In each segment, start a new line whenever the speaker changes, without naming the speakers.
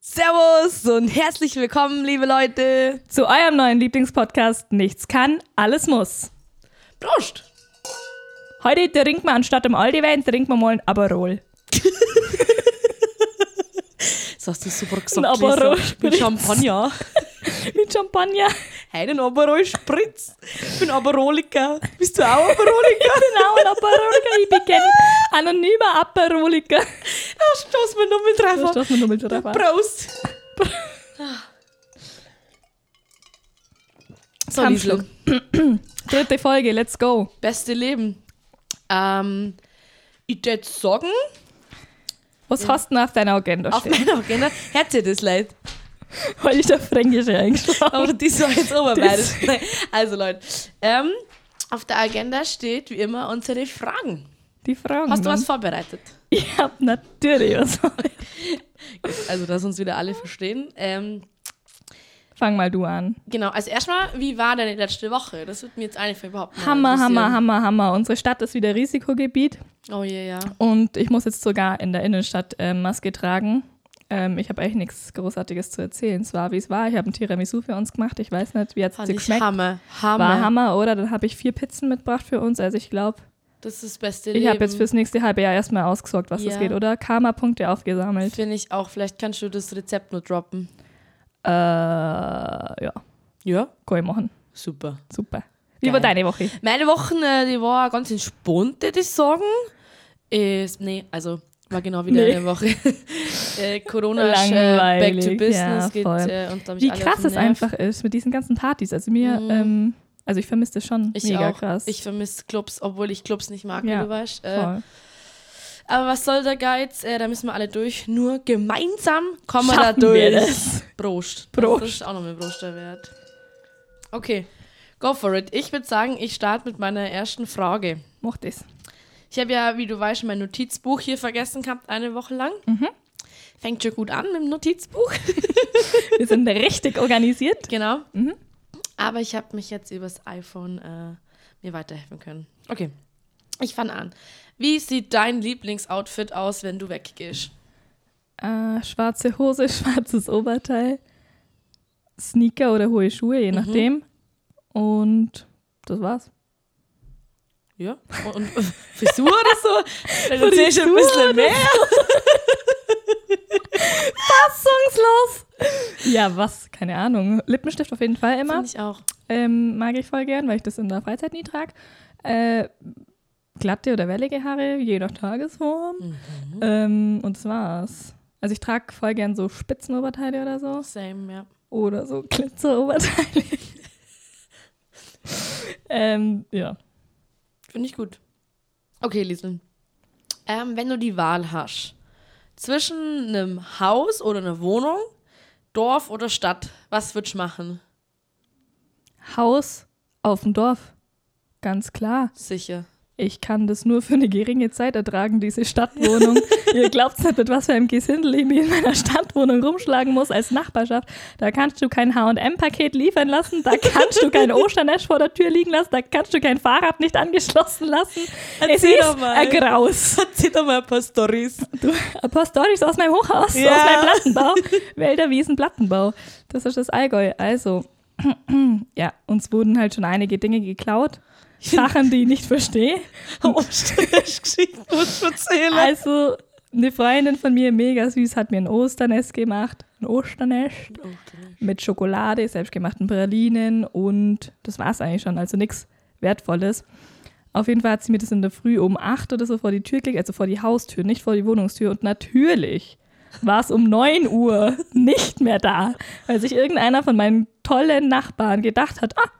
Servus und herzlich willkommen, liebe Leute.
Zu eurem neuen Lieblingspodcast Nichts kann, alles muss.
Prost.
Heute trinken wir anstatt dem Aldi-Wein, trinken wir mal ein Aperol.
Das hast du super gesagt.
Ein
Lisa.
Aperol
Ich bin Champagner.
Mit Champagner.
Einen Aperol Spritz. Ich bin Aperoliker. Bist du auch Aperoliker?
Genau, ein Aperoliker. Ich bin kein anonymer Aperoliker.
Da stoßen wir nochmal
Da
drauf. an.
stoßen wir nochmal drauf an.
Prost. So,
Kampfschluck.
Liesl,
Dritte Folge, let's go.
Beste Leben. Ähm, ich würde sagen,
Was hast du denn auf deiner Agenda
auf
stehen?
meiner Agenda hätte das leid.
Weil ich da Fränkische eingeschlafen
Aber die soll jetzt auch mal beides.
Das-
Nein, Also Leute, ähm, auf der Agenda steht wie immer unsere Fragen.
Die Fragen.
Hast du
waren-
was vorbereitet?
Ich hab natürlich was.
Also, dass uns wieder alle verstehen. Ähm,
Fang mal du an.
genau, also erstmal, wie war deine letzte Woche? Das wird mir jetzt eigentlich überhaupt nicht
Hammer, Hammer, Hammer, Hammer. Unsere Stadt ist wieder Risikogebiet.
Oh je, ja.
Und ich muss jetzt sogar in der Innenstadt ähm, Maske tragen. Ähm, ich habe eigentlich nichts Großartiges zu erzählen. Es war, wie es war. Ich habe ein Tiramisu für uns gemacht. Ich weiß nicht, wie hat es
Fand
dir
ich
geschmeckt?
Hammer, Hammer.
War Hammer, oder? Dann habe ich vier Pizzen mitgebracht für uns. Also ich glaube,
Das ist das beste Leben.
ich habe jetzt fürs nächste halbe Jahr erstmal ausgesorgt, was das
Ja.
geht, oder? Karma-Punkte aufgesammelt.
Finde ich auch. Vielleicht kannst du das Rezept nur droppen.
Äh, ja,
Ja,
kann ich machen.
super.
Super.
Geil.
Wie war deine Woche?
Meine Woche, äh, die war ganz entspannt, würde ich sagen. Ist, nee, also war genau wieder
Nee.
eine Woche. äh, Corona, ist, äh, back
Langweilig,
to business
ja,
geht
voll.
äh, und da mich
Wie
alle auf
krass
den
es
Nerv.
einfach ist mit diesen ganzen Partys. Also mir,
Mhm.
ähm, also ich vermisse das schon.
Ich
Mega
auch.
krass.
Ich vermisse Clubs, obwohl ich Clubs nicht mag,
Ja,
wie du weißt. Äh,
Voll.
aber was soll der Geiz? Äh, da müssen wir alle durch. Nur gemeinsam kommen wir da
Schaffen
durch.
wir das?
Prost.
Prost.
Das ist auch nochmal Prost der Wert. Okay, go for it. Ich würde sagen, ich starte mit meiner ersten Frage.
Mochte es.
Ich habe ja, wie du weißt, mein Notizbuch hier vergessen gehabt, eine Woche lang.
Mhm.
Fängt schon gut an mit dem Notizbuch.
Wir sind richtig organisiert.
Genau.
Mhm.
Aber ich habe mich jetzt übers iPhone äh, mir weiterhelfen können. Okay. Ich fange an. Wie sieht dein Lieblingsoutfit aus, wenn du weggehst?
Äh, schwarze Hose, schwarzes Oberteil, Sneaker oder hohe Schuhe,
Mhm.
je nachdem. Und das war's.
Ja. Und, und Frisur oder so? Dann erzähl ich ein
Frisur
bisschen mehr.
Fassungslos! Ja, was? Keine Ahnung. Lippenstift auf jeden Fall immer.
Finde ich auch.
Ähm, mag ich voll gern, weil ich das in der Freizeit nie trage. Äh, glatte oder wellige Haare, je nach Tagesform.
Mhm.
Ähm, und das war's. Also ich trage voll gern so Spitzenoberteile oder so.
Same, ja.
Oder so Glitzeroberteile. ähm, ja.
Finde ich gut. Okay, Liesl. Ähm, wenn du die Wahl hast, zwischen einem Haus oder einer Wohnung, Dorf oder Stadt, was würdest du machen?
Haus auf dem Dorf. Ganz klar.
Sicher.
Ich kann das nur für eine geringe Zeit ertragen, diese Stadtwohnung. Ihr glaubt nicht, mit was für einem Gesindel ich mich in meiner Stadtwohnung rumschlagen muss als Nachbarschaft. Da kannst du kein H&M-Paket liefern lassen, da kannst du kein Osternesch vor der Tür liegen lassen, da kannst du kein Fahrrad nicht angeschlossen lassen.
Erzähl
es
doch
ist
mal.
ein Graus.
Erzähl doch mal ein paar Storys.
Du, ein paar Storys aus meinem Hochhaus,
Ja.
aus meinem Plattenbau. Wälder, Wiesen, Plattenbau. Das ist das Allgäu. Also, ja, uns wurden halt schon einige Dinge geklaut. Sachen, die ich nicht verstehe.
Umstellungsgeschichten musst du erzählen.
Also, eine Freundin von mir, mega süß, hat mir ein Osternest gemacht. Ein Osternest mit Schokolade, selbstgemachten Pralinen und das war's eigentlich schon. Also nichts Wertvolles. Auf jeden Fall hat sie mir das in der Früh um 8 oder so vor die Tür gelegt, also vor die Haustür, nicht vor die Wohnungstür. Und natürlich war es um 9 Uhr nicht mehr da, weil sich irgendeiner von meinen tollen Nachbarn gedacht hat, ah,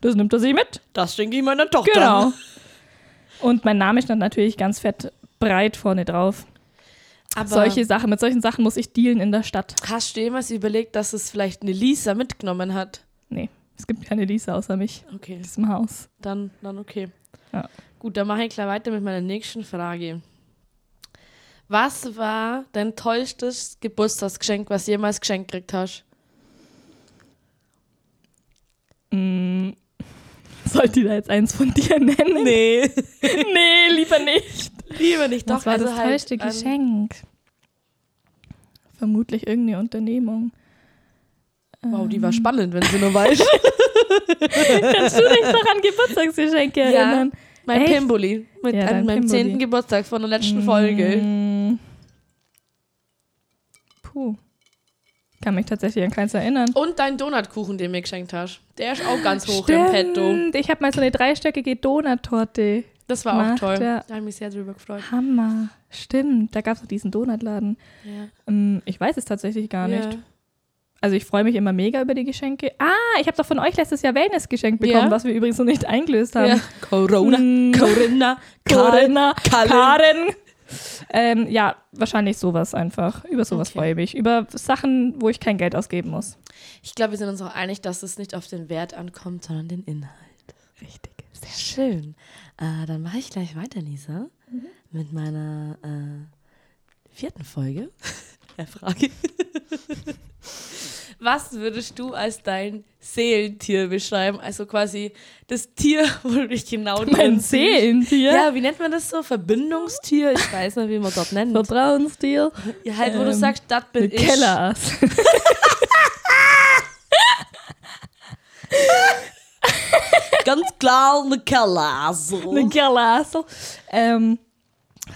das nimmt er sich mit.
Das denke ich meiner Tochter.
Genau. Und mein Name stand natürlich ganz fett breit vorne drauf.
Aber
Solche Sachen, mit solchen Sachen muss ich dealen in der Stadt.
hast du jemals überlegt, dass es vielleicht eine Lisa mitgenommen hat?
Nee, es gibt keine Lisa außer mich
Okay,
in diesem Haus.
dann, dann okay.
Ja.
Gut, dann mache ich gleich weiter mit meiner nächsten Frage. Was war dein tollstes Geburtstagsgeschenk, was du jemals geschenkt gekriegt hast?
Mm. Sollte ich da jetzt eins von dir nennen?
Nee,
nee lieber nicht.
lieber nicht.
Das
Doch,
war
also
das
halt,
tollste
ähm,
Geschenk. Vermutlich irgendeine Unternehmung.
Wow,
Ähm.
die war spannend, wenn sie nur weiß.
Kannst du dich noch an Geburtstagsgeschenke
Ja.
erinnern?
mein
Echt?
Pimboli. Mit,
Ja,
an
dein
meinem
Pimboli.
10. Geburtstag von der letzten Folge.
Mm. Puh. Kann mich tatsächlich an keins erinnern.
Und dein Donutkuchen, den du mir geschenkt hast. Der ist auch ganz hoch im Petto.
Stimmt, Ich habe mal so eine dreistöckige Donuttorte.
Das war auch
Macht
toll.
er.
Da habe ich mich sehr drüber gefreut.
Hammer. Stimmt, da gab es noch diesen Donutladen.
Ja.
Ähm, ich weiß es tatsächlich gar
Ja.
nicht. Also ich freue mich immer mega über die Geschenke. Ah, ich habe doch von euch letztes Jahr Wellness geschenkt bekommen,
Ja.
was wir übrigens noch nicht eingelöst haben.
Ja. Oh, Corona,
Mm.
Corinna, Karin.
Corinna,
Kallen.
Karen. Ähm, ja, wahrscheinlich sowas einfach. Über sowas
Okay.
freue ich mich. Über Sachen, wo ich kein Geld ausgeben muss.
Ich glaube, wir sind uns auch einig, dass es nicht auf den Wert ankommt, sondern den Inhalt.
Richtig.
Sehr schön. Äh, dann mache ich gleich weiter, Lisa, mit meiner äh, vierten Folge der Frage. Was würdest du als dein Seelentier beschreiben? Also quasi das Tier, wo du dich genau
Mein
drin siehst.
Seelentier.
Ja, wie nennt man das so? Verbindungstier? Ich weiß nicht, wie man dort nennt.
Vertrauenstier.
Ja, halt, wo du
Ähm,
sagst, das bin
Eine
ich.
Kellerass.
Ganz klar eine Keller. So.
Eine Kellerass. Ähm,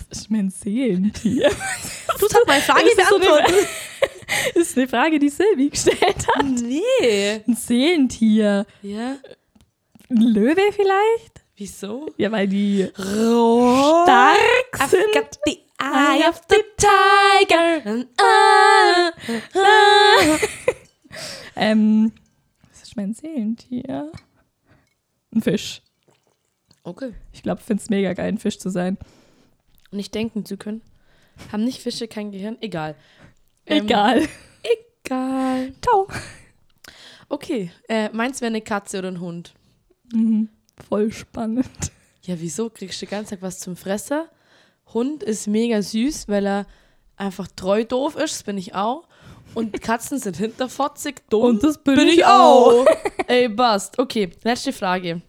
was ist mein Seelentier?
Du hast meine Frage
Das ist so eine- Das ist eine Frage, die Silvi gestellt hat.
Nee.
Ein Seelentier.
Ja,
Ein Löwe vielleicht?
wieso?
Ja, weil die
Rot.
stark
Oh, I've
sind.
got the eye of the tiger. Ah. And I-
Ah.
Ah.
Ähm, was ist mein Seelentier? Ein Fisch.
Okay.
Ich glaube, ich finde es mega geil, ein Fisch zu sein.
Nicht denken zu können. Haben nicht Fische kein Gehirn? Egal. Ähm,
Egal.
Egal.
Ciao.
Okay. Äh, meins wäre eine Katze oder ein Hund.
Mhm. Voll spannend.
Ja, wieso? Kriegst du den ganzen Tag was zum Fresser? Hund ist mega süß, weil er einfach treu doof ist. Das bin ich auch. Und Katzen sind hinterfotzig, dumm.
Und das bin,
Bin ich
ich
auch.
auch.
Ey, passt. Okay, letzte Frage.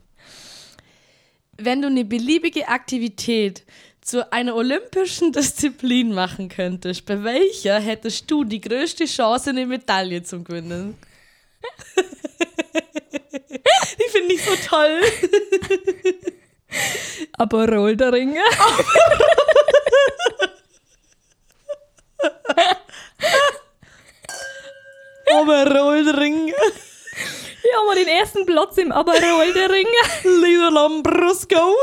Wenn du eine beliebige Aktivität zu einer olympischen Disziplin machen könntest, bei welcher hättest du die größte Chance, eine Medaille zu gewinnen? Die finde ich so toll.
Aber Rolderinge.
Oberrollring,
Ja, mal den ersten Platz im Aberrolderinge.
Lisa Lambrusco.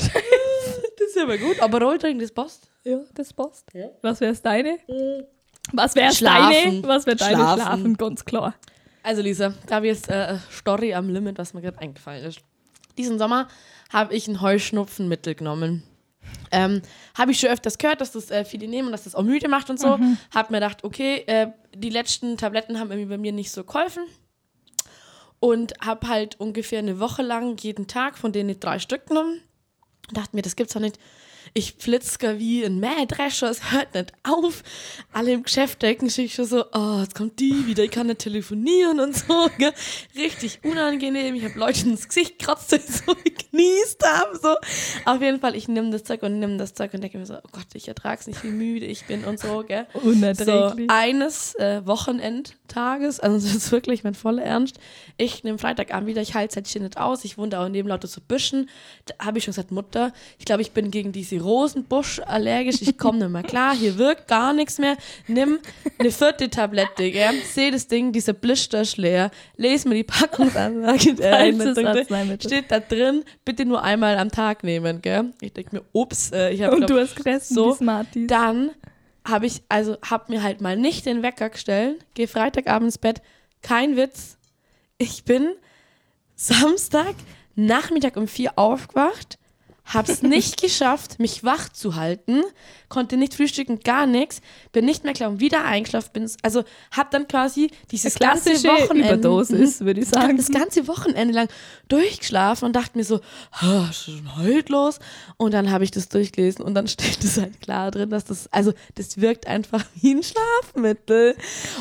Das ist aber gut. Aber Rollring, das passt.
ja, das passt.
Ja.
Was wär's deine? Was wär's
Schlafen.
deine? Was wär deine?
Schlafen.
Schlafen. ganz klar.
Also Lisa, da habe ich jetzt äh, Story am Limit, was mir gerade eingefallen ist. Diesen Sommer habe ich ein Heuschnupfenmittel genommen. Ähm, habe ich schon öfters gehört, dass das äh, viele nehmen und dass das auch müde macht und so. Habe mir gedacht, okay, äh, die letzten Tabletten haben irgendwie bei mir nicht so geholfen. Und habe halt ungefähr eine Woche lang jeden Tag von denen drei Stück genommen. Und dachte mir, das gibt's doch nicht. Ich flitzke wie ein Mähdrescher, es hört nicht auf. Alle im Geschäft denken sich schon so, oh, jetzt kommt die wieder, ich kann nicht telefonieren und so. Gell? Richtig unangenehm. Ich habe Leute ins Gesicht gekratzt, die so genießt haben. So. Auf jeden Fall, ich nehme das Zeug und nehme das Zeug und denke mir so, oh Gott, ich ertrage es nicht, wie müde ich bin und so. Gell? So,
Unerträglich.
eines äh, Wochenendtages, also das ist wirklich mein voller Ernst. Ich nehme Freitagabend wieder, ich halte es halt nicht aus. Ich wohne da auch neben lauter so Büschen. Da habe ich schon gesagt, Mutter, ich glaube, ich bin gegen diese Rosenbusch allergisch. Ich komme nicht mehr klar, hier wirkt gar nichts mehr. Nimm eine vierte Tablette, gell? Seh das Ding, dieser Blister ist leer. Les mir die Packungsanlage der
Falsches
Einleitung.
Arzneimittel.
Steht da drin, bitte nur einmal am Tag nehmen, gell? Ich denke mir, ups, äh, ich habe
Und du hast gegessen,
so,
die Smarties.
dann habe ich, also habe mir halt mal nicht den Wecker gestellt, gehe Freitagabend ins Bett, kein Witz. Ich bin Samstag Nachmittag um vier aufgewacht, hab's nicht geschafft, mich wach zu halten, konnte nicht frühstücken, gar nichts, bin nicht mehr klar und wieder eingeschlafen bin. Also hab dann quasi dieses ganze
klassische
Wochenende
Überdosis, würde ich sagen.
das ganze Wochenende lang durchgeschlafen und dachte mir so, "Ha, was ist denn heute los? Und dann habe ich das durchgelesen und dann steht es halt klar drin, dass das, also das wirkt einfach wie ein Schlafmittel.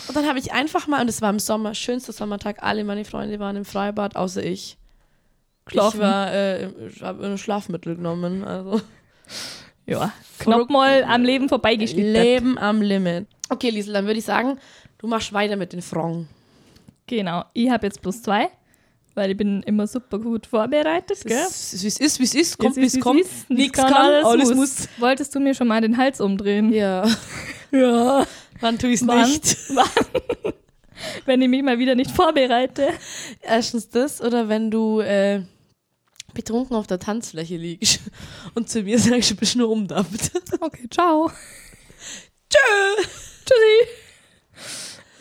Und dann habe ich einfach mal, und es war im Sommer, schönster Sommertag, alle meine Freunde waren im Freibad, außer ich. Ich
Schlafen.
war, äh, ich habe ein Schlafmittel genommen, also
Ja, knapp mal am Leben vorbeigeschlittert.
Leben am Limit. Okay, Liesel, dann würde ich sagen, du machst weiter mit den Fragen.
Genau, ich habe jetzt plus zwei, weil ich bin immer super gut vorbereitet, gell?
Es ist, wie es ist, wie es ist, kommt,
Jetzt
wie
ist,
es kommt.
ist,
Nichts kann, alles muss.
Wolltest du mir schon mal den Hals umdrehen?
Ja,
Ja.
wann tue ich es
Wann?
nicht?
Wenn ich mich mal wieder nicht vorbereite.
Erstens das oder wenn du äh, betrunken auf der Tanzfläche liegst und zu mir sagst, du bist nur umdammt.
Okay, ciao. Tschö. Tschüssi.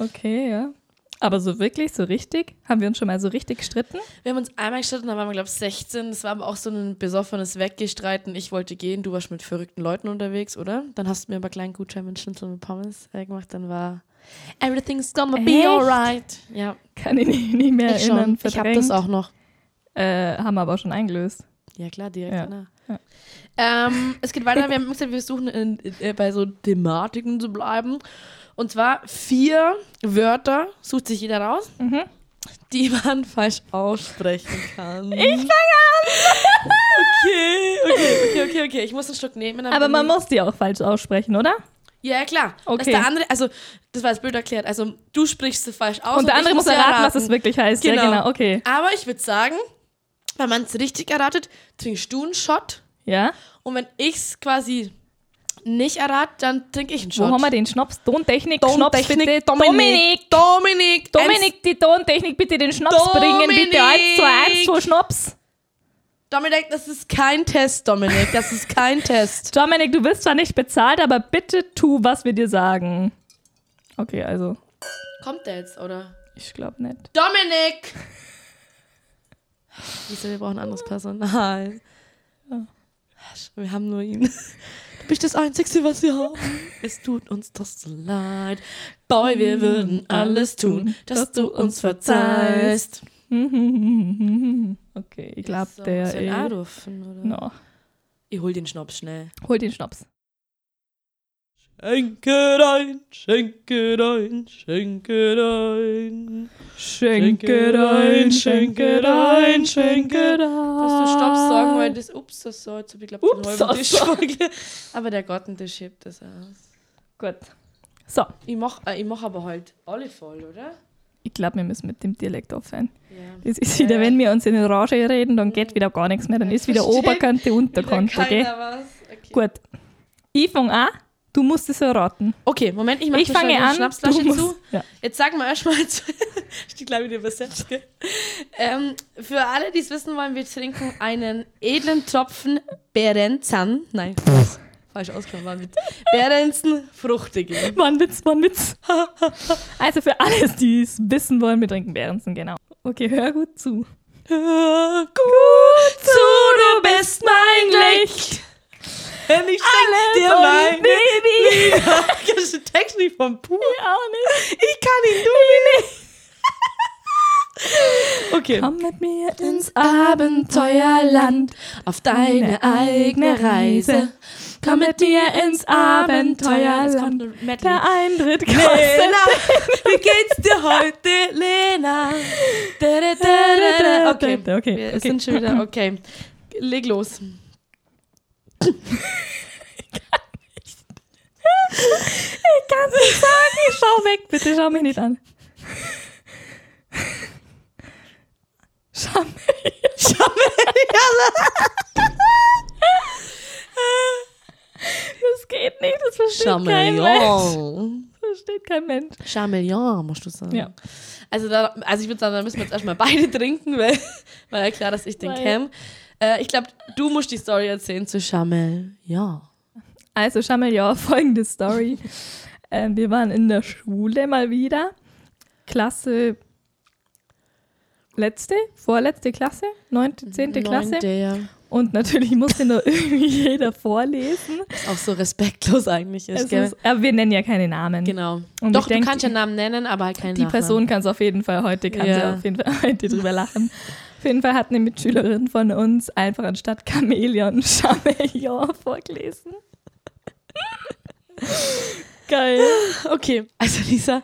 Okay, ja. Aber so wirklich, so richtig? Haben wir uns schon mal so richtig gestritten?
Wir haben uns einmal gestritten, da waren wir, glaube ich, 16. Das war aber auch so ein besoffenes Weggestreiten. Ich wollte gehen, du warst mit verrückten Leuten unterwegs, oder? Dann hast du mir aber kleinen Gutschein mit Schnitzel und Pommes äh, gemacht. Dann war Everything's gonna be
Echt?
alright. Ja,
Kann ich mich nicht mehr
ich schon.
erinnern.
Ich habe das
verdrängt.
auch noch.
Äh, haben wir aber auch schon eingelöst.
Ja, klar, direkt
Ja.
danach.
Ja.
Ähm, es geht weiter. Wir haben gesagt, wir versuchen in, äh, bei so Thematiken zu bleiben. Und zwar vier Wörter sucht sich jeder raus,
Mhm.
die man falsch aussprechen kann. Ich fange an! Okay, okay, okay, okay, okay. Ich muss einen Schluck nehmen. dann
Aber
bin
man
ich-
muss die auch falsch aussprechen, oder?
Ja, ja, klar.
Okay.
Dass der andere, also, das war jetzt blöd erklärt. Also, du sprichst sie falsch aus.
und der
ich
andere muss erraten, was es wirklich heißt.
Genau.
Ja, genau. Okay.
Aber ich würde sagen, wenn man es richtig erratet, trinkst du einen Shot.
Ja?
Und wenn ich es quasi nicht errate, dann trinke ich einen
Wo
Shot.
haben wir den Schnaps? Tontechnik, Schnaps
Tontechnik,
bitte.
Dominik, Dominik, Eins-
Dominik, die Tontechnik, bitte den Schnaps bringen. Bitte 1, 2, 1, 2 Schnaps.
Dominik, das ist kein Test, Dominik, das ist kein Test.
Dominik, du bist zwar nicht bezahlt, aber bitte tu, was wir dir sagen. Okay, also,
Kommt der jetzt, oder?
ich glaube nicht.
Dominik! Wieso, wir brauchen anderes Personal. Wir haben nur ihn. Du bist das Einzige, was wir haben. Es tut uns das so leid. Boy, wir würden alles tun, Mm, dass du uns verzeihst.
okay, ich glaube,
So,
der
soll ich
ist.
anrufen, oder?
No.
Ich hol den Schnaps schnell.
Hol den Schnaps.
Schenke rein, schenke rein, schenke rein. rein,
Schenke
schenke
rein, schenke
rein, schenke
rein, schenke rein.
Musst du Stopp sagen, weil das Ups, das so, jetzt hab ich glaub, den
Ups,
halben Tisch
das so.
verkehrt. Aber der Gottentisch hebt das aus.
Gut. So,
Ich mach, äh, ich mach aber halt alle voll, oder?
ich glaube, wir müssen mit dem Dialekt aufhören.
Ja.
Das ist
Ja,
wieder,
ja.
wenn wir uns in den Rage reden, dann geht wieder gar nichts mehr. Dann
Ja,
ist wieder
verstehe.
Oberkante, Unterkante,
Wieder
gell?
keiner was. Okay.
Gut. Ich fange an, du musst es erraten.
Okay, Moment, ich mach
Ich
mir schnell
fange
eine
an,
Schnapsflasche
du musst,
zu.
Ja.
Jetzt sagen wir erstmal, ich glaube, wieder übersetzt. gell? Ähm, für alle, die es wissen wollen, wir trinken einen edlen Tropfen Berenzan. Nein, falsch ausgesprochen war mit Berenzen fruchtige.
Mann, Witz, Mann, Witz. also für alles, die es wissen wollen, wir trinken Behrensen, genau. Okay, hör gut zu.
Hör Gut zu, du bist mein Licht. Wenn ich schenk dir mein
Baby.
Das ist ein Text nicht vom Pur.
Ich auch nicht.
Ich kann ihn, du ihn nicht. Okay.
Komm mit mir ins
Abenteuerland, auf deine eigene Reise.
Komm mit mir ins Abenteuerland. Der Eintritt kostet.
Lena, wie geht's dir heute, Lena? Da, da, da, da, da. Okay,
Okay, okay,
wir
okay.
sind schon wieder, okay. Leg los.
Ich kann's nicht sagen. Schau weg, bitte schau mich nicht an. Schau mich. Schau mich an. Das geht nicht, das versteht kein Mensch.
Chameleon.
Das versteht kein Mensch.
Chameleon, musst du sagen.
Ja.
Also, da, also ich würde sagen, da müssen wir jetzt erstmal beide trinken, weil war ja klar, dass ich den
Weil-
kenne. Äh, ich glaube, du musst die Story erzählen zu Chamel. Ja.
Also Schamel, ja, folgende Story. ähm, wir waren in der Schule mal wieder. Klasse letzte, vorletzte Klasse, Mhm, neunte, zehnte Klasse.
Neunte, ja.
Und natürlich musste nur irgendwie jeder vorlesen.
Was auch so respektlos eigentlich ist,
Es
gell?
ist, aber wir nennen ja keine Namen.
genau.
Und
Doch,
ich
du
denk,
kannst ja Namen nennen, aber halt keinen
Die
Nachnamen.
Person kann es auf jeden Fall heute, kann
Ja.
sie auf jeden Fall heute drüber lachen. Auf jeden Fall hat eine Mitschülerin von uns einfach anstatt Chamäleon Chamäleon vorgelesen. Geil.
Okay, also Lisa,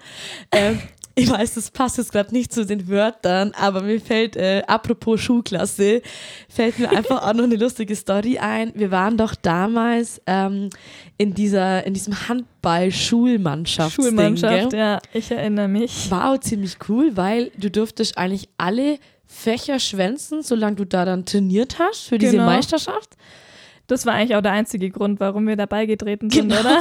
ähm, Ich weiß, das passt jetzt gerade nicht zu den Wörtern, aber mir fällt, äh, apropos Schulklasse, fällt mir einfach auch noch eine lustige Story ein. Wir waren doch damals ähm, in, dieser, in diesem Handball-Schulmannschaft.
Schulmannschaft, ja, ich erinnere mich.
War auch ziemlich cool, weil du dürftest eigentlich alle Fächer schwänzen, solange du da dann trainiert hast für diese
Genau.
Meisterschaft.
Das war eigentlich auch der einzige Grund, warum wir dabei getreten sind, oder?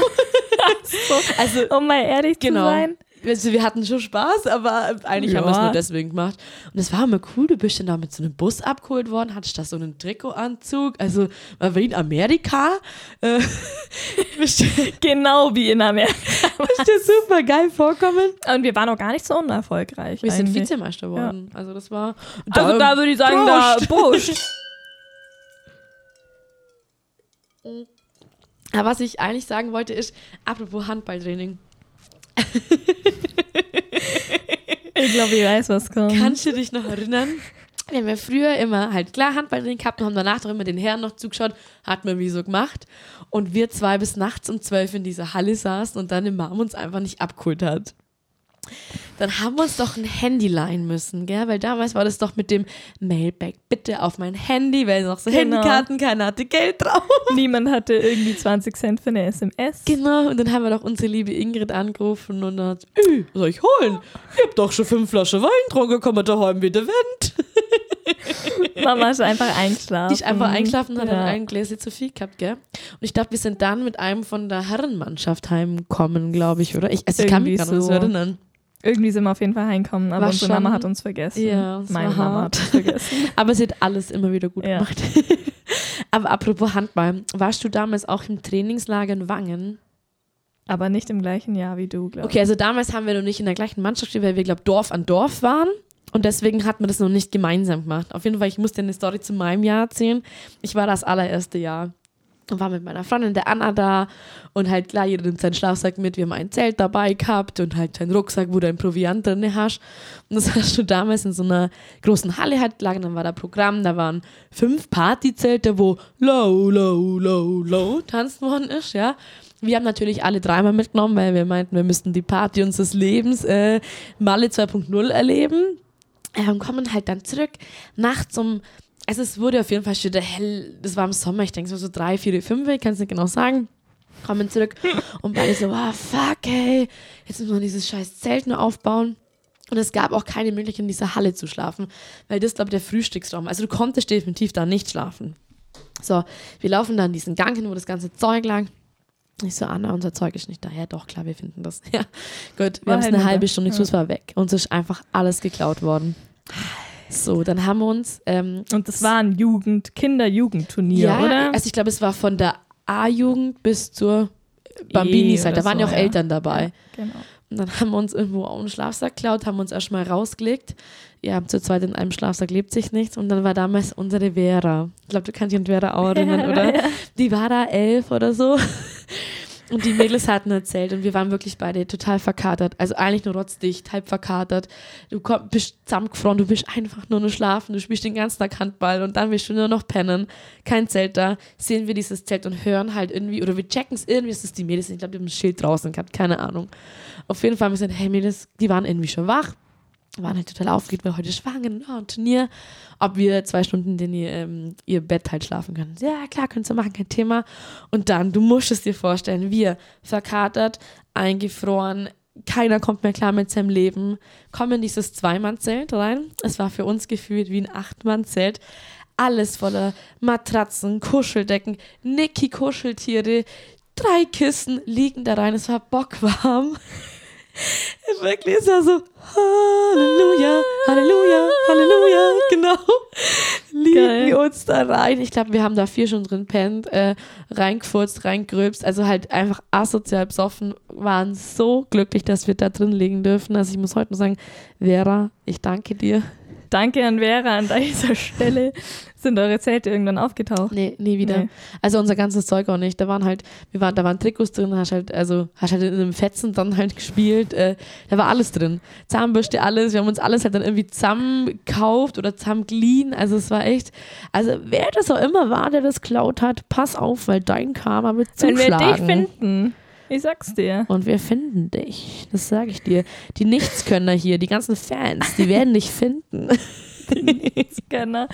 Also
Um mal ehrlich
Genau.
zu sein.
Also wir hatten schon Spaß, aber eigentlich haben wir es
Ja.
nur deswegen gemacht. Und es war immer cool, du bist dann da mit so einem Bus abgeholt worden, hattest da so einen Trikotanzug, also man war in Amerika. Äh, bist dir
Genau wie in Amerika.
super geil vorkommen.
Und wir waren auch gar nicht so unerfolgreich.
Wir sind
eigentlich.
Vizemeister geworden, also das war...
Also da würde ich sagen, da Busch.
Aber was ich eigentlich sagen wollte ist, apropos Handballtraining,
Ich glaube, ich weiß, was kommt.
Kannst du dich noch erinnern? Wir haben ja früher immer halt klar Handballtraining gehabt und haben danach doch immer den Herren noch zugeschaut, hat man wie so gemacht. Und wir zwei bis nachts um zwölf in dieser Halle saßen und deine Mom uns einfach nicht abgeholt hat. Dann haben wir uns doch ein Handy leihen müssen, gell? Weil damals war das doch mit dem Mailback, bitte auf mein Handy, weil noch so
Genau.
Handykarten, keiner hatte Geld drauf.
Niemand hatte irgendwie 20 Cent für eine SMS.
Genau, und dann haben wir doch unsere liebe Ingrid angerufen und dann hat sie, "Ü, soll ich holen? Ich hab doch schon fünf Flaschen Wein getrunken, komm mal daheim wieder weg.
Mama ist einfach eingeschlafen.
Die ist einfach eingeschlafen und hat
ja.
dann ein Gläschen zu viel gehabt, gell? Und ich glaube, wir sind dann mit einem von der Herrenmannschaft heimgekommen, glaube ich, oder? Ich, also ich kann mich
Irgendwie
gar nicht so
so.
erinnern.
Irgendwie sind wir auf jeden Fall heimgekommen, aber
War
unsere
schon-
Mama hat uns vergessen.
Ja, es war
Meine Mama
hart.
hat uns vergessen.
Aber sie hat alles immer wieder gut
Ja.
gemacht. Aber apropos Handball, warst du damals auch im Trainingslager in Wangen?
aber nicht im gleichen Jahr wie du, glaube ich.
Okay, also damals haben wir noch nicht in der gleichen Mannschaft gespielt, weil wir, glaube Dorf an Dorf waren. Und deswegen hat man das noch nicht gemeinsam gemacht. Auf jeden Fall, ich muss dir eine Story zu meinem Jahr erzählen. Ich war das allererste Jahr und war mit meiner Freundin, der Anna, da. Und halt, klar, jeder nimmt seinen Schlafsack mit. Wir haben ein Zelt dabei gehabt und halt deinen Rucksack, wo du ein Proviant drin hast. Und das hast du damals in so einer großen Halle halt gelagert. Dann war da Programm, da waren fünf Partyzelte, wo low, low, low, low tanzt worden ist, ja. Wir haben natürlich alle dreimal mitgenommen, weil wir meinten, wir müssten die Party unseres Lebens äh, Malle 2.0 erleben. Ähm, kommen halt dann zurück, nachts um, also es wurde auf jeden Fall schon wieder hell, das war im Sommer, ich denke es war so drei, vier, fünf, ich kann es nicht genau sagen, kommen zurück und beide so, wow, fuck, ey, jetzt müssen wir dieses scheiß Zelt nur aufbauen. Und es gab auch keine Möglichkeit, in dieser Halle zu schlafen, weil das, glaube ich, der Frühstücksraum, also du konntest definitiv da nicht schlafen. So, wir laufen dann diesen Gang hin, wo das ganze Zeug lag. Ich so, Anna, unser Zeug ist nicht da. Ja, doch, klar, wir finden das. Ja, gut, wir
War
haben es
halt
eine
nicht
halbe
da.
Stunde, ja. es war weg. Uns ist einfach alles geklaut worden. So, dann haben wir uns, ähm,
Und das war ein Jugend, Kinder-Jugendturnier,
ja,
oder?
also ich glaube, es war von der A-Jugend bis zur Bambinis
E
halt. Da
oder
waren ja
so,
auch
ja.
Eltern dabei.
genau.
Und dann haben wir uns irgendwo auch einen Schlafsack geklaut, haben uns erstmal rausgelegt. Ja, zu zweit in einem Schlafsack lebt sich nichts. Und dann war damals unsere Vera. Ich glaube, du kannst dich an Vera auch erinnern, oder? Die war da elf oder so. Und die Mädels hatten erzählt und wir waren wirklich beide total verkatert. Also eigentlich nur rotzdicht, halb verkatert. Du komm, bist zusammengefroren, du bist einfach nur nur schlafen, du spielst den ganzen Tag Handball und dann willst du nur noch pennen. Kein Zelt da. Sehen wir dieses Zelt und hören halt irgendwie, oder wir checken es irgendwie, es ist die Mädels, ich glaube, die haben ein Schild draußen gehabt, keine Ahnung. Auf jeden Fall haben wir gesagt, hey Mädels, die waren irgendwie schon wach, waren halt total aufgeregt, weil heute schwangen, ja, ein Turnier, ob wir zwei Stunden in ihr, ähm, ihr Bett halt schlafen können. Ja, klar, könnt ihr machen, kein Thema. Und dann, du musst es dir vorstellen, wir verkatert, eingefroren, keiner kommt mehr klar mit seinem Leben, kommen in dieses Zweimann-Zelt rein. Es war für uns gefühlt wie ein Achtmann-Zelt. Alles voller Matratzen, Kuscheldecken, Niki-Kuscheltiere, drei Kissen liegen da rein. Es war bockwarm. Wirklich, es war so Halleluja, Halleluja, Halleluja, genau. Liegen
Geil.
uns da rein. Ich glaube, wir haben da vier schon drin pennt, äh, reingefurzt, reingröbst, also halt einfach asozial besoffen, waren so glücklich, dass wir da drin liegen dürfen. Also ich muss heute nur sagen, Vera, ich danke dir.
Danke an Vera an dieser Stelle. Sind eure Zelte irgendwann aufgetaucht?
Nee, nie wieder.
Nee.
Also unser ganzes Zeug auch nicht. Da waren halt, wir waren, da waren Trikots drin, hast halt, also hast halt in einem Fetzen dann halt gespielt. Äh, da war alles drin. Zahnbürste, alles. Wir haben uns alles halt dann irgendwie zusammengekauft oder zusammengeliehen. Also es war echt, also wer das auch immer war, der das klaut hat, pass auf, weil dein Karma wird
Wenn
zuschlagen.
wir dich finden, Ich sag's dir.
Und wir finden dich. Das sage ich dir. Die Nichtskönner hier, die ganzen Fans, die werden dich finden.
Nichtsgönner.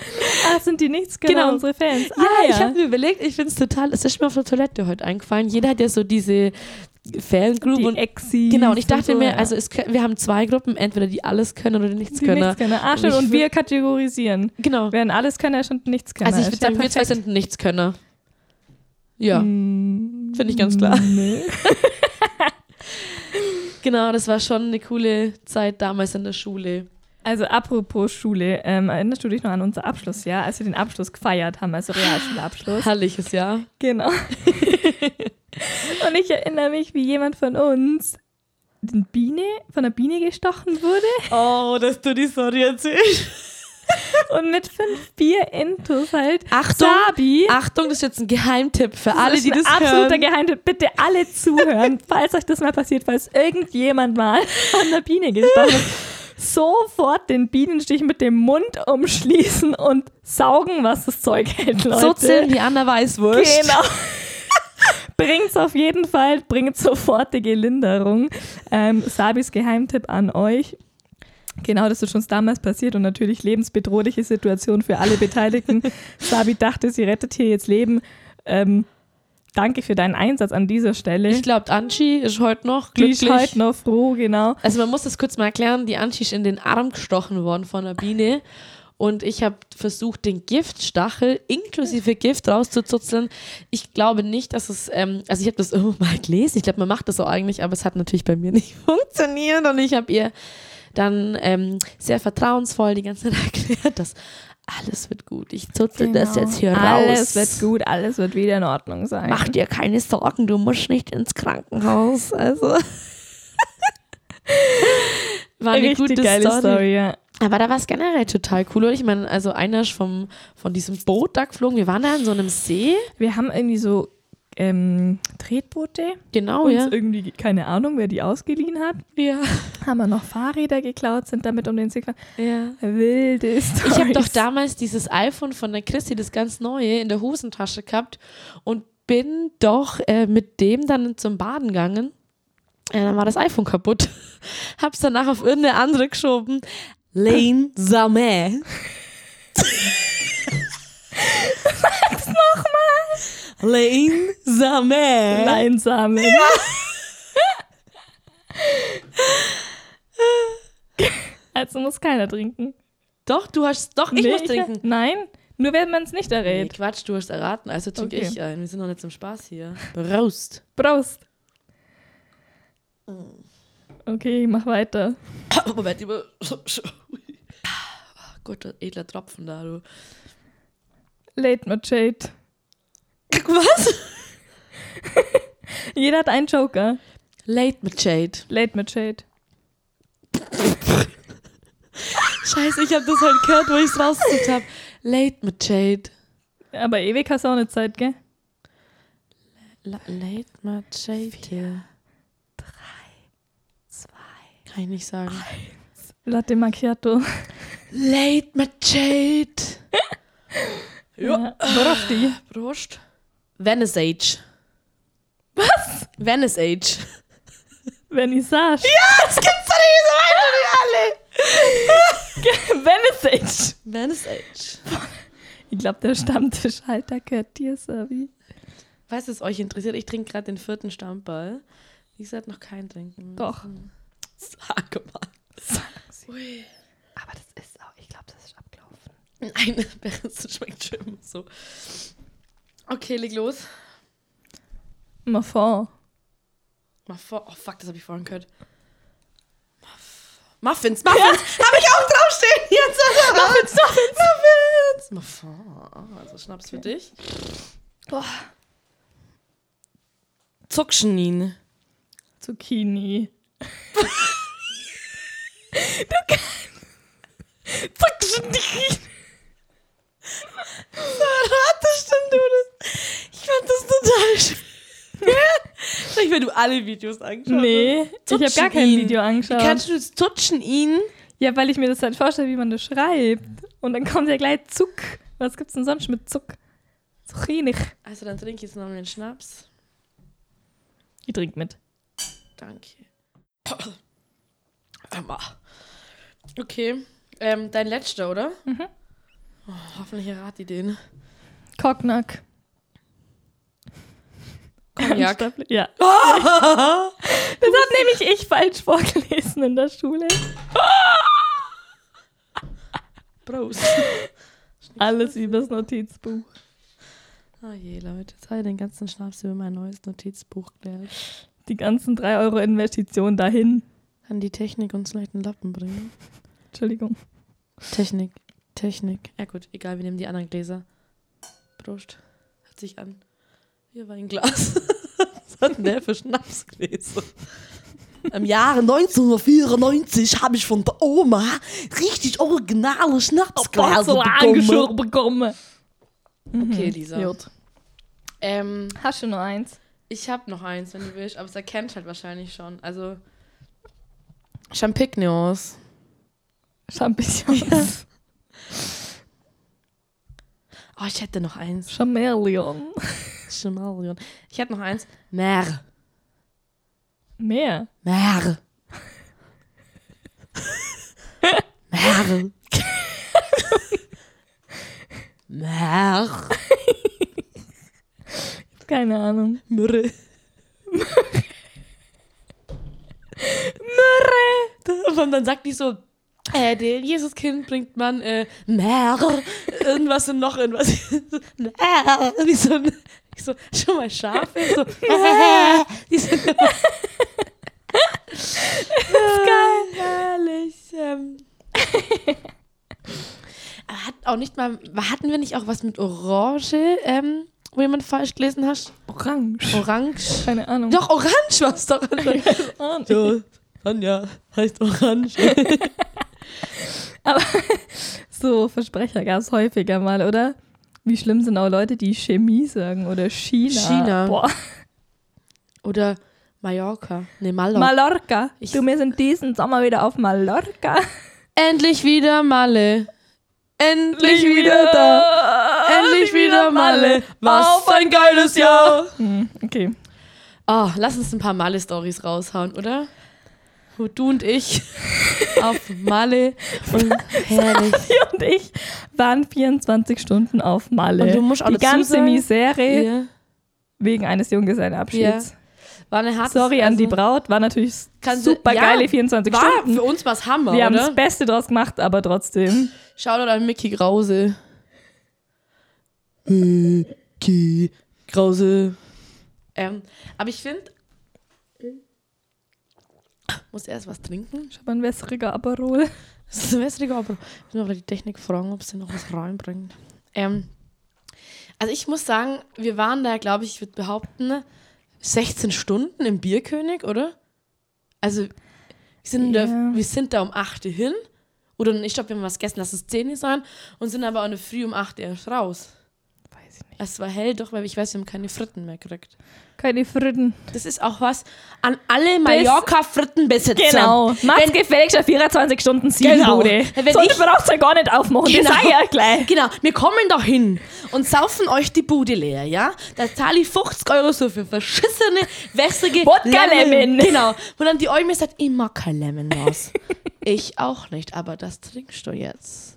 Ah, sind die Nichtsgönner
Genau.
unsere Fans?
Ja,
ah,
ich habe mir überlegt, ich finde es total, es ist mir auf der Toilette heute eingefallen. Jeder hat ja so diese Fangroup
die
und
Exis.
genau, und ich dachte
so,
mir,
ja.
also es, kö- wir haben zwei Gruppen, entweder die alles können oder die
die
Nichtskönner.
Nichtskönner. Ah,
Und
stimmt.
ich
Und
würd-
wir kategorisieren.
Genau.
Wären alles Könner und Nichtskönner.
Also ich
Genau, Ist
würde sagen,
ja
wir zwei
perfekt.
sind Nichtskönner. Ja,
Mm,
finde ich ganz klar.
nee.
Genau, das war schon eine coole Zeit damals in der Schule.
Also apropos Schule, ähm, erinnerst du dich noch an unser Abschlussjahr, als wir den Abschluss gefeiert haben, also Realschulabschluss?
Herrliches Jahr.
Genau. und ich erinnere mich, wie jemand von uns den Biene, von einer Biene gestochen wurde
Oh, dass du die Story erzählst.
und mit fünf Bier Intus halt
Achtung,
Sabi.
Achtung, das ist jetzt ein Geheimtipp für
Das
alle,
ist
die
ein
das
absoluter
hören.
Geheimtipp. Bitte alle zuhören, falls euch das mal passiert, falls irgendjemand mal an der Biene gestochen wird. Sofort den Bienenstich mit dem Mund umschließen und saugen, was das Zeug hält, Leute.
So zählen die Anna Weißwurst.
Genau. Bringt's auf jeden Fall, bringt sofortige Linderung. Ähm, Sabis Geheimtipp an euch. Genau, das ist uns damals passiert und natürlich lebensbedrohliche Situation für alle Beteiligten. Sabi dachte, sie rettet hier jetzt Leben. Ähm, danke für deinen Einsatz an dieser Stelle.
Ich glaube, Anchi ist heute noch
Die
glücklich.
ist heute noch froh, genau.
Also man muss das kurz mal erklären, die Anchi ist in den Arm gestochen worden von einer Biene und ich habe versucht, den Giftstachel inklusive Gift rauszuzuzeln. Ich glaube nicht, dass es, ähm, also ich habe das irgendwo mal gelesen, ich glaube, man macht das so eigentlich, aber es hat natürlich bei mir nicht funktioniert und ich habe ihr dann ähm, sehr vertrauensvoll die ganze Zeit erklärt, dass alles wird gut, ich zutzel das jetzt hier raus.
Genau. Alles wird gut, alles wird wieder in Ordnung sein.
Mach dir keine Sorgen, du musst nicht ins Krankenhaus. Also. War eine
Richtig
gute
geile
Story.
Story. ja.
Aber da war es generell total cool. Und ich meine, also einer ist vom, von diesem Boot da geflogen. Wir waren da in so einem See.
Wir haben irgendwie so ähm, Tretboote.
Genau,
uns
ja.
irgendwie, keine Ahnung, wer die ausgeliehen hat.
ja.
Haben wir noch Fahrräder geklaut, sind damit um den See gefahren.
ja.
Wilde Storys.
Ich habe doch damals dieses iPhone von der Christi, das ganz neue, in der Hosentasche gehabt und bin doch äh, mit dem dann zum Baden gegangen. Ja, dann war das iPhone kaputt. Hab's danach auf irgendeine andere geschoben. Lane Samé. Sag's nochmal. Lane Samé.
Leinsamen. also muss keiner trinken.
Doch, du hast. Doch, ich
Nee,
muss trinken.
Nein, nur wenn man es nicht
Nee,
errät.
Quatsch, du hast erraten. Also trinke
Okay.
ich ein. Wir sind noch nicht zum Spaß hier. Prost.
Prost.
Mm.
Okay, mach weiter.
Moment, über. Guter, Ah, oh edler Tropfen da, du.
Late not shade.
Was?
Jeder hat einen Joker.
Late mit Jade.
Late not shade.
Scheiße, ich habe das halt gehört, wo ich es rausgesucht habe. Late mit Jade.
Aber ewig hast du auch eine Zeit, gell?
La late mit Jade. Vier, drei, zwei. Kann ich nicht sagen.
Latte Macchiato.
Late mit Jade. Ja.
Worauf die?
Prost. Venice Age. Was? Venice Age.
Vernissage.
Das gibt's doch nicht, so weit
Vernissage.
und alle. Venice Age.
Ich glaube, der Stammtischhalter gehört dir, Sabi.
Falls es euch interessiert, ich trinke gerade den vierten Stammball. Wie gesagt, noch kein Trinken.
Doch.
Sag mal. Ui.
Aber das ist auch, ich glaube, das ist abgelaufen.
Nein, das schmeckt schon immer so. Okay, leg los.
Mal vor.
Mach vor. Oh fuck, das habe ich vorhin gehört. Muff- Muffins, Muffins! Habe ich auch draufstehen! Jetzt! Muffins, Muffins! Muffins! Muffin. Also Schnaps für dich. Boah. Zuckschnin.
Zucchini.
Zuckschnin! Verratest denn du das? Ich fand das total schön. Vielleicht, wenn du alle Videos angeschaut hast.
Nee, ich habe gar kein
Zucchini.
Video
Wie
angeschaut.
kannst du das tutschen ihn?
ja, weil ich mir das halt vorstelle, wie man das schreibt. Und dann kommt ja gleich Zuck. Was gibt's denn sonst mit Zuck? Zucchini.
Also dann trinke ich jetzt noch einen Schnaps.
Ich trinke mit.
Danke. Emma. Okay. Ähm, dein letzter, oder? Mhm. Oh, hoffentlich errat ihr den.
Cocknack.
Cognac.
Ja. Das hat nämlich ich falsch vorgelesen in der Schule.
Prost.
Alles übers Notizbuch.
Oh je, Leute. Jetzt habe ich den ganzen Schnaps über mein neues Notizbuch gelernt.
Die ganzen 3 Euro Investition dahin.
Kann die Technik uns vielleicht einen Lappen bringen?
Entschuldigung.
Technik. Technik. Ja gut, egal, wir nehmen die anderen Gläser. Prost. Hört sich an. Hier war ein Glas. Was hat denn der für Schnapsgläser?
Im Jahre 1994 habe ich von der Oma richtig originale Schnapsgläser bekommen.
angeschoben bekommen.
Okay, Lisa.
Jod.
Ähm,
Hast du nur eins?
ich habe noch eins, wenn du willst, aber es erkennt halt wahrscheinlich schon. Also Champignons.
Champignons.
Oh, ich hätte noch eins.
Chameleon.
Chamarion. Ich hätte noch eins. Mer.
Mehr.
Mer. Mer. Mer.
Keine Ahnung.
Mürre.
Und dann sagt die so, äh, dem Jesuskind bringt man äh,
Mer.
irgendwas und noch irgendwas. Mer. Und ich so, ich so, schon mal scharf. Ich so, äh, die sind immer
Geil.
herrlich. Ähm. Aber Hat auch nicht mal, hatten wir nicht auch was mit Orange, ähm, wo jemand falsch gelesen hast?
Orange.
Orange.
Keine Ahnung.
Doch, Orange war es doch.
Orange.
So, Sonja heißt Orange.
So, Versprecher gab es häufiger mal, oder? Wie schlimm sind auch Leute, die Chemie sagen oder China.
China.
Boah.
Oder Mallorca. Ne, Mallorca.
Mallorca. du, wir sind diesen Sommer wieder auf Mallorca.
Endlich wieder Malle. Endlich wieder da.
da.
Endlich wieder Malle. Was
Auf
ein geiles Jahr.
Hm, okay.
Oh, lass uns ein paar Malle-Stories raushauen, oder? Wo du und ich auf Malle und herrlich.
Wir und ich waren 24 Stunden auf Malle.
Und du musst auch
Die
dazu
ganze
sagen-
Misere
Ja.
wegen eines Junggesellenabschieds.
War eine harte
Sorry an die Braut, war natürlich
also Kann sie-
super geile
ja,
24
War
Stunden.
für uns was Hammer,
Wir haben
oder?
das Beste draus gemacht, aber trotzdem.
Shoutout an Mickey Grause.
Die Krause.
Ähm, aber ich finde. Muss erst was trinken?
Ich habe ein wässriger Aperol.
Das ist ein wässriger, aber ich will noch mal die Technik fragen, ob sie noch was reinbringt. Ähm, also ich muss sagen, wir waren da, glaube ich, ich würde behaupten, 16 Stunden im Bierkönig, oder? Also wir sind,
Ja.
da, wir sind da um 8 Uhr hin. Oder ich glaube, wir haben was gegessen, lass es 10 Uhr sein. Und sind aber auch eine Früh um 8 Uhr erst raus.
Weiß ich nicht.
Es war hell, doch, weil ich weiß, wir haben keine Fritten mehr gekriegt.
Keine Fritten.
Das ist auch was an alle Mallorca-Frittenbesitzer.
Genau. Macht gefälligst eine 24 Stunden
Genau.
Siebenbude.
Wenn
Sollte
ich-
man auch gar nicht aufmachen.
Genau.
Das sage ich auch gleich.
Genau, wir kommen da hin und saufen euch die Bude leer, ja? Da zahle ich 50 Euro so für verschissene, wässrige
Wodka Lemon.
Genau. Und dann die Eume sagt, ich mag kein Lemon raus. ich auch nicht, aber das trinkst du jetzt.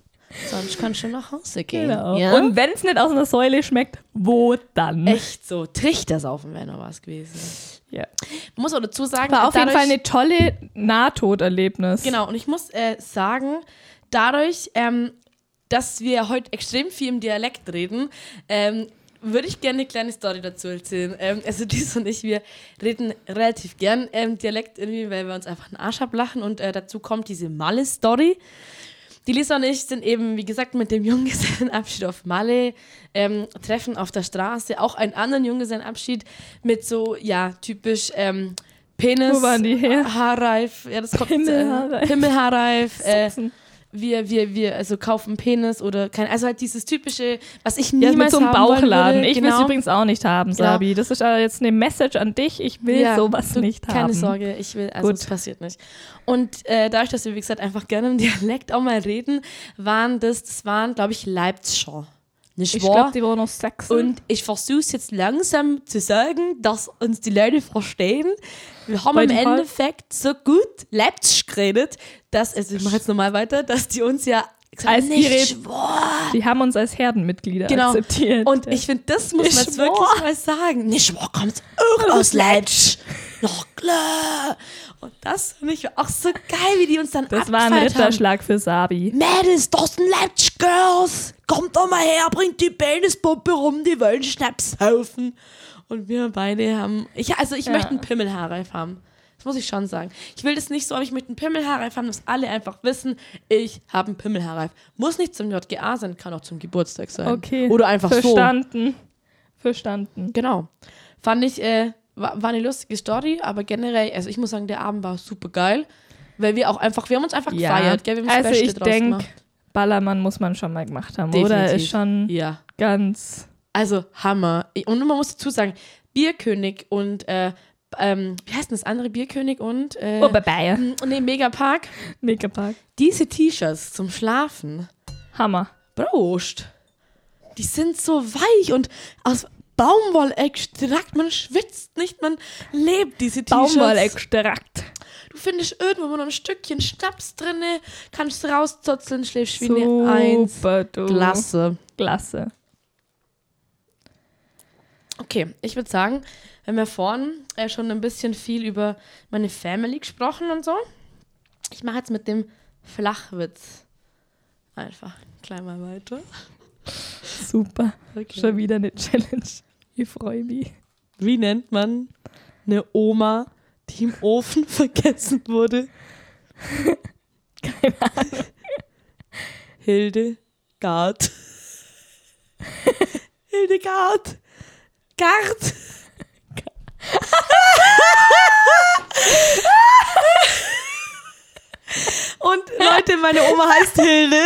Sonst kannst du nach Hause gehen.
Genau.
Ja?
Und wenn es nicht aus einer Säule schmeckt, wo dann?
Echt so, Trichter saufen wäre noch was gewesen.
Ja.
Muss auch dazu sagen,
War auf jeden
dadurch-
Fall eine tolle Nahtoderlebnis.
Genau, und ich muss äh, sagen, dadurch, ähm, dass wir heute extrem viel im Dialekt reden, ähm, würde ich gerne eine kleine Story dazu erzählen. Ähm, also dies und ich, wir reden relativ gern ähm, Dialekt irgendwie, weil wir uns einfach einen Arsch ablachen und äh, dazu kommt diese Malle-Story. Die Lisa und ich sind eben, wie gesagt, mit dem Junggesellenabschied auf Malle, ähm, treffen auf der Straße auch einen anderen Junggesellenabschied mit so, ja, typisch ähm, Penis,
Wo waren die her?
Haarreif, ja, das kommt
Pimmelhaarreif.
Äh, Pimmelhaarreif äh,
Soßen.
wir, wir, wir, also kaufen Penis oder kein, also halt dieses typische, was ich
Ja,
niemals
mit so einem
haben wollen
Bauchladen.
Würde,
Ich will
genau.
es übrigens auch nicht haben,
Genau.
Sabi. Das ist äh, jetzt eine Message an dich. Ich will
Ja,
sowas
du,
nicht
keine
haben.
Sorge, ich will, also
Gut.
es passiert nicht. Und äh, dadurch, dass wir, wie gesagt, einfach gerne im Dialekt auch mal reden, waren das, das waren, glaube ich, Leipziger. Nicht
Ich
wahr?
glaube, die war noch sechs.
Und ich versuche es jetzt langsam zu sagen, dass uns die Leute verstehen. Wir haben
Bei
im
dem Fall-
Endeffekt so gut Leipzig geredet, dass, also ich mache jetzt nochmal weiter, dass die uns ja gesagt
Als
haben,
ihre-
nicht wahr.
die haben uns als Herdenmitglieder
Genau.
akzeptiert.
Und
Ja.
ich finde, das muss
Nicht
man jetzt
wahr.
wirklich mal sagen. Nicht wahr kommt auch aus Leipzig. Noch klar. Und das finde ich auch so geil, wie die uns dann
das war ein
abgefeiert haben.
Ritterschlag für Sabi.
Mädels, das sind Leipzig Girls. Kommt doch mal her, bringt die Penispuppe rum, die wollen Schnaps saufen. Und wir beide haben. Ich, also, ich
Ja.
möchte einen Pimmelhaarreif haben. Das muss ich schon sagen. Ich will das nicht so, aber ich möchte einen Pimmelhaarreif haben, dass alle einfach wissen, ich habe einen Pimmelhaarreif. Muss nicht zum JGA sein, kann auch zum Geburtstag sein.
Okay.
Oder einfach so.
Verstanden. Verstanden.
Genau. Fand ich, äh, war, war eine lustige Story, aber generell, also ich muss sagen, der Abend war super geil. Weil wir auch einfach, wir haben uns einfach gefeiert, gell? Wir haben
also
Special
ich
draus
denke,
gemacht.
Ballermann muss man schon mal gemacht haben, oder?
Definitiv.
Ist schon
Ja.
ganz...
Also Hammer. Ich- Und man muss dazu sagen, Bierkönig und äh, ähm, wie heißt denn das andere Bierkönig und äh,
Oh, Oberbayern.
m- nee, Megapark.
Megapark.
Diese T-Shirts zum Schlafen,
Hammer.
Prost. Die sind so weich und aus Baumwollextrakt. Man schwitzt nicht, man lebt diese T-Shirts.
Baumwollextrakt.
Du findest irgendwo noch ein Stückchen Schnaps drinne, kannst rauszuzeln, schläfst wie eine Eins.
Super, du.
Klasse.
Klasse.
Okay, ich würde sagen, wir haben ja vorhin äh, schon ein bisschen viel über meine Family gesprochen und so. Ich mache jetzt mit dem Flachwitz einfach klein mal weiter.
Super. Schon wieder eine Challenge. Ich freue mich.
Wie nennt man eine Oma, die im Ofen vergessen wurde?
Keine Ahnung.
Hilde Gard. Hilde Gard. Gard. Und Leute, meine Oma heißt Hilde.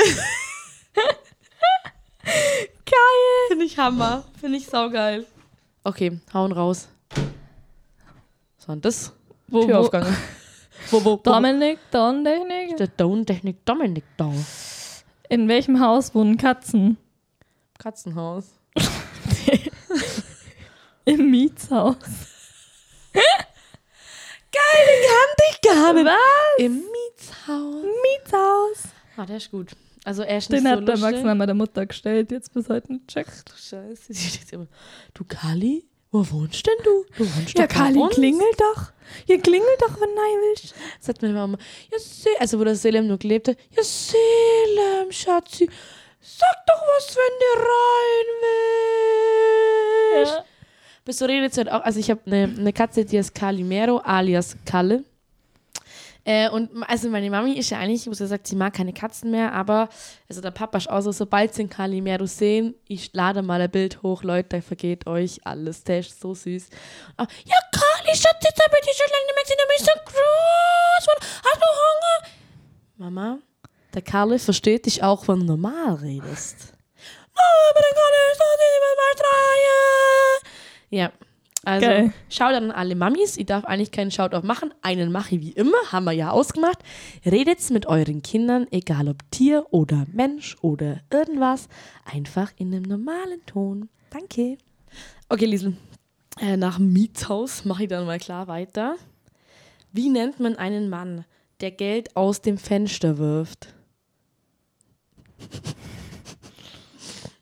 Geil. Finde ich Hammer. Finde ich saugeil. Okay, hauen raus. So, und das?
Wo,
Tür
wo,
aufgegangen. Wo, wo, wo?
Dominik, Dominik.
Der Down-Technik Dominik da.
In welchem Haus wohnen Katzen?
Katzenhaus.
Im Mietshaus.
Ich gar
Was?
Im Mietshaus.
Ah, Mietshaus.
Ah, der ist gut. Also er ist nicht
Den
so
hat der
lustig.
Max mal meiner Mutter gestellt, jetzt bis heute nicht checkt.
Du Scheiße. Die denkt immer, du Kali, wo wohnst denn du? Du wohnst doch bei uns.
doch. Ja, klingelt doch, wenn nein willst.
Sagt meine Mama, ja Se also wo der Selem noch lebte, ja Selem, Schatzi, sag doch was, wenn du rein willst.
Ja.
Bis zur Redezeit auch, also ich habe eine ne Katze, die heißt Calimero alias Kalle. Äh, und m- also meine Mami ist ja eigentlich, wo sie sagt, sie mag keine Katzen mehr, aber also der Papa ist auch so, sobald sie einen Calimero sehen, ich lade mal ein Bild hoch, Leute, da vergeht euch alles, der ist so süß. Ah, ja, Kali, Schatz, jetzt habe ich dich schon lange nicht mehr gesehen, du bist so groß, Mann. hast du Hunger? Mama, der Karle versteht dich auch, wenn du normal redest. Nein, aber der Karle ist doch nicht mehr mal drei. Ja, also
Geil.
Shoutout an alle Mamis. Ich darf eigentlich keinen Shoutout machen. Einen mache ich wie immer, haben wir ja ausgemacht. Redet's mit euren Kindern, egal ob Tier oder Mensch oder irgendwas, einfach in einem normalen Ton. Danke. Okay, Liesel. Äh, nach dem Mietshaus mache ich dann mal klar weiter. Wie nennt man einen Mann, der Geld aus dem Fenster wirft?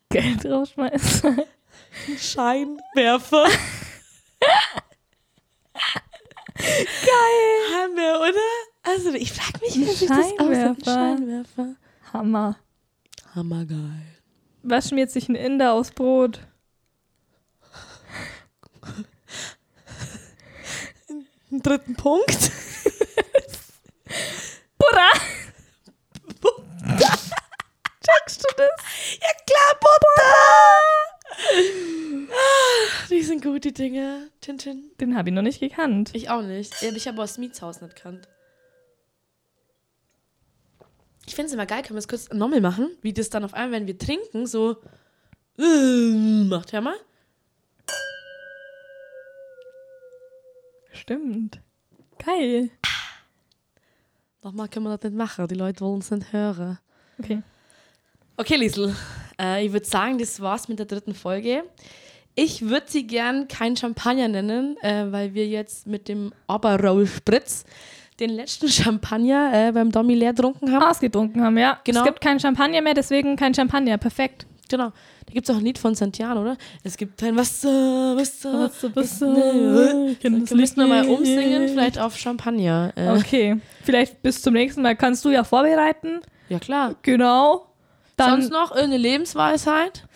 Geld rausschmeißen.
Scheinwerfer. Geil. Haben wir, oder? Also, ich frag mich, wie sich das aussieht.
Scheinwerfer.
Scheinwerfer.
Hammer.
Hammergeil.
Was schmiert sich ein Inder aufs Brot?
Einen dritten Punkt.
Buddha!
Checkst du das? Ja, klar, Butter. Ah, die sind gut, die Dinge. Tintin.
Den habe ich noch nicht gekannt.
Ich auch nicht. Ja, aber Ich habe aus Mietshaus nicht kannt. Ich finde es immer geil, können wir es kurz nochmal machen, wie das dann auf einmal, wenn wir trinken, so äh, macht. Hör mal.
Stimmt. Geil.
Nochmal können wir das nicht machen, die Leute wollen es nicht hören.
Okay.
Okay, Liesl. Äh, ich würde sagen, das war's mit der dritten Folge. Ich würde sie gern kein Champagner nennen, äh, weil wir jetzt mit dem Oberroll Spritz den letzten Champagner äh, beim Domi leer getrunken haben.
Ausgetrunken haben, ja.
Genau.
Es gibt kein Champagner mehr, deswegen kein Champagner. Perfekt.
Genau. Da gibt es auch ein Lied von Santiano, oder? Es gibt kein Wasser, Wasser. ne, Wir müssen wir mal umsingen, vielleicht auf Champagner. Äh,
Okay. Vielleicht bis zum nächsten Mal kannst du ja vorbereiten.
Ja, klar.
Genau. Dann
Sonst noch irgendeine Lebensweisheit?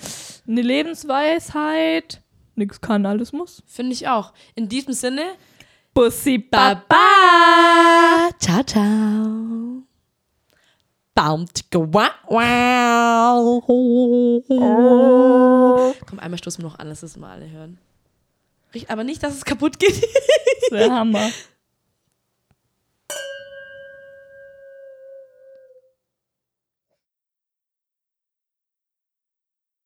eine Lebensweisheit. Nix kann, alles muss.
Finde ich auch. In diesem Sinne,
Bussi
Baba! Ciao, ciao! Baumt gewau! Komm, einmal stoßen wir noch an, dass es mal alle hören. Riecht- Aber nicht, dass es kaputt geht.
Das wäre Hammer.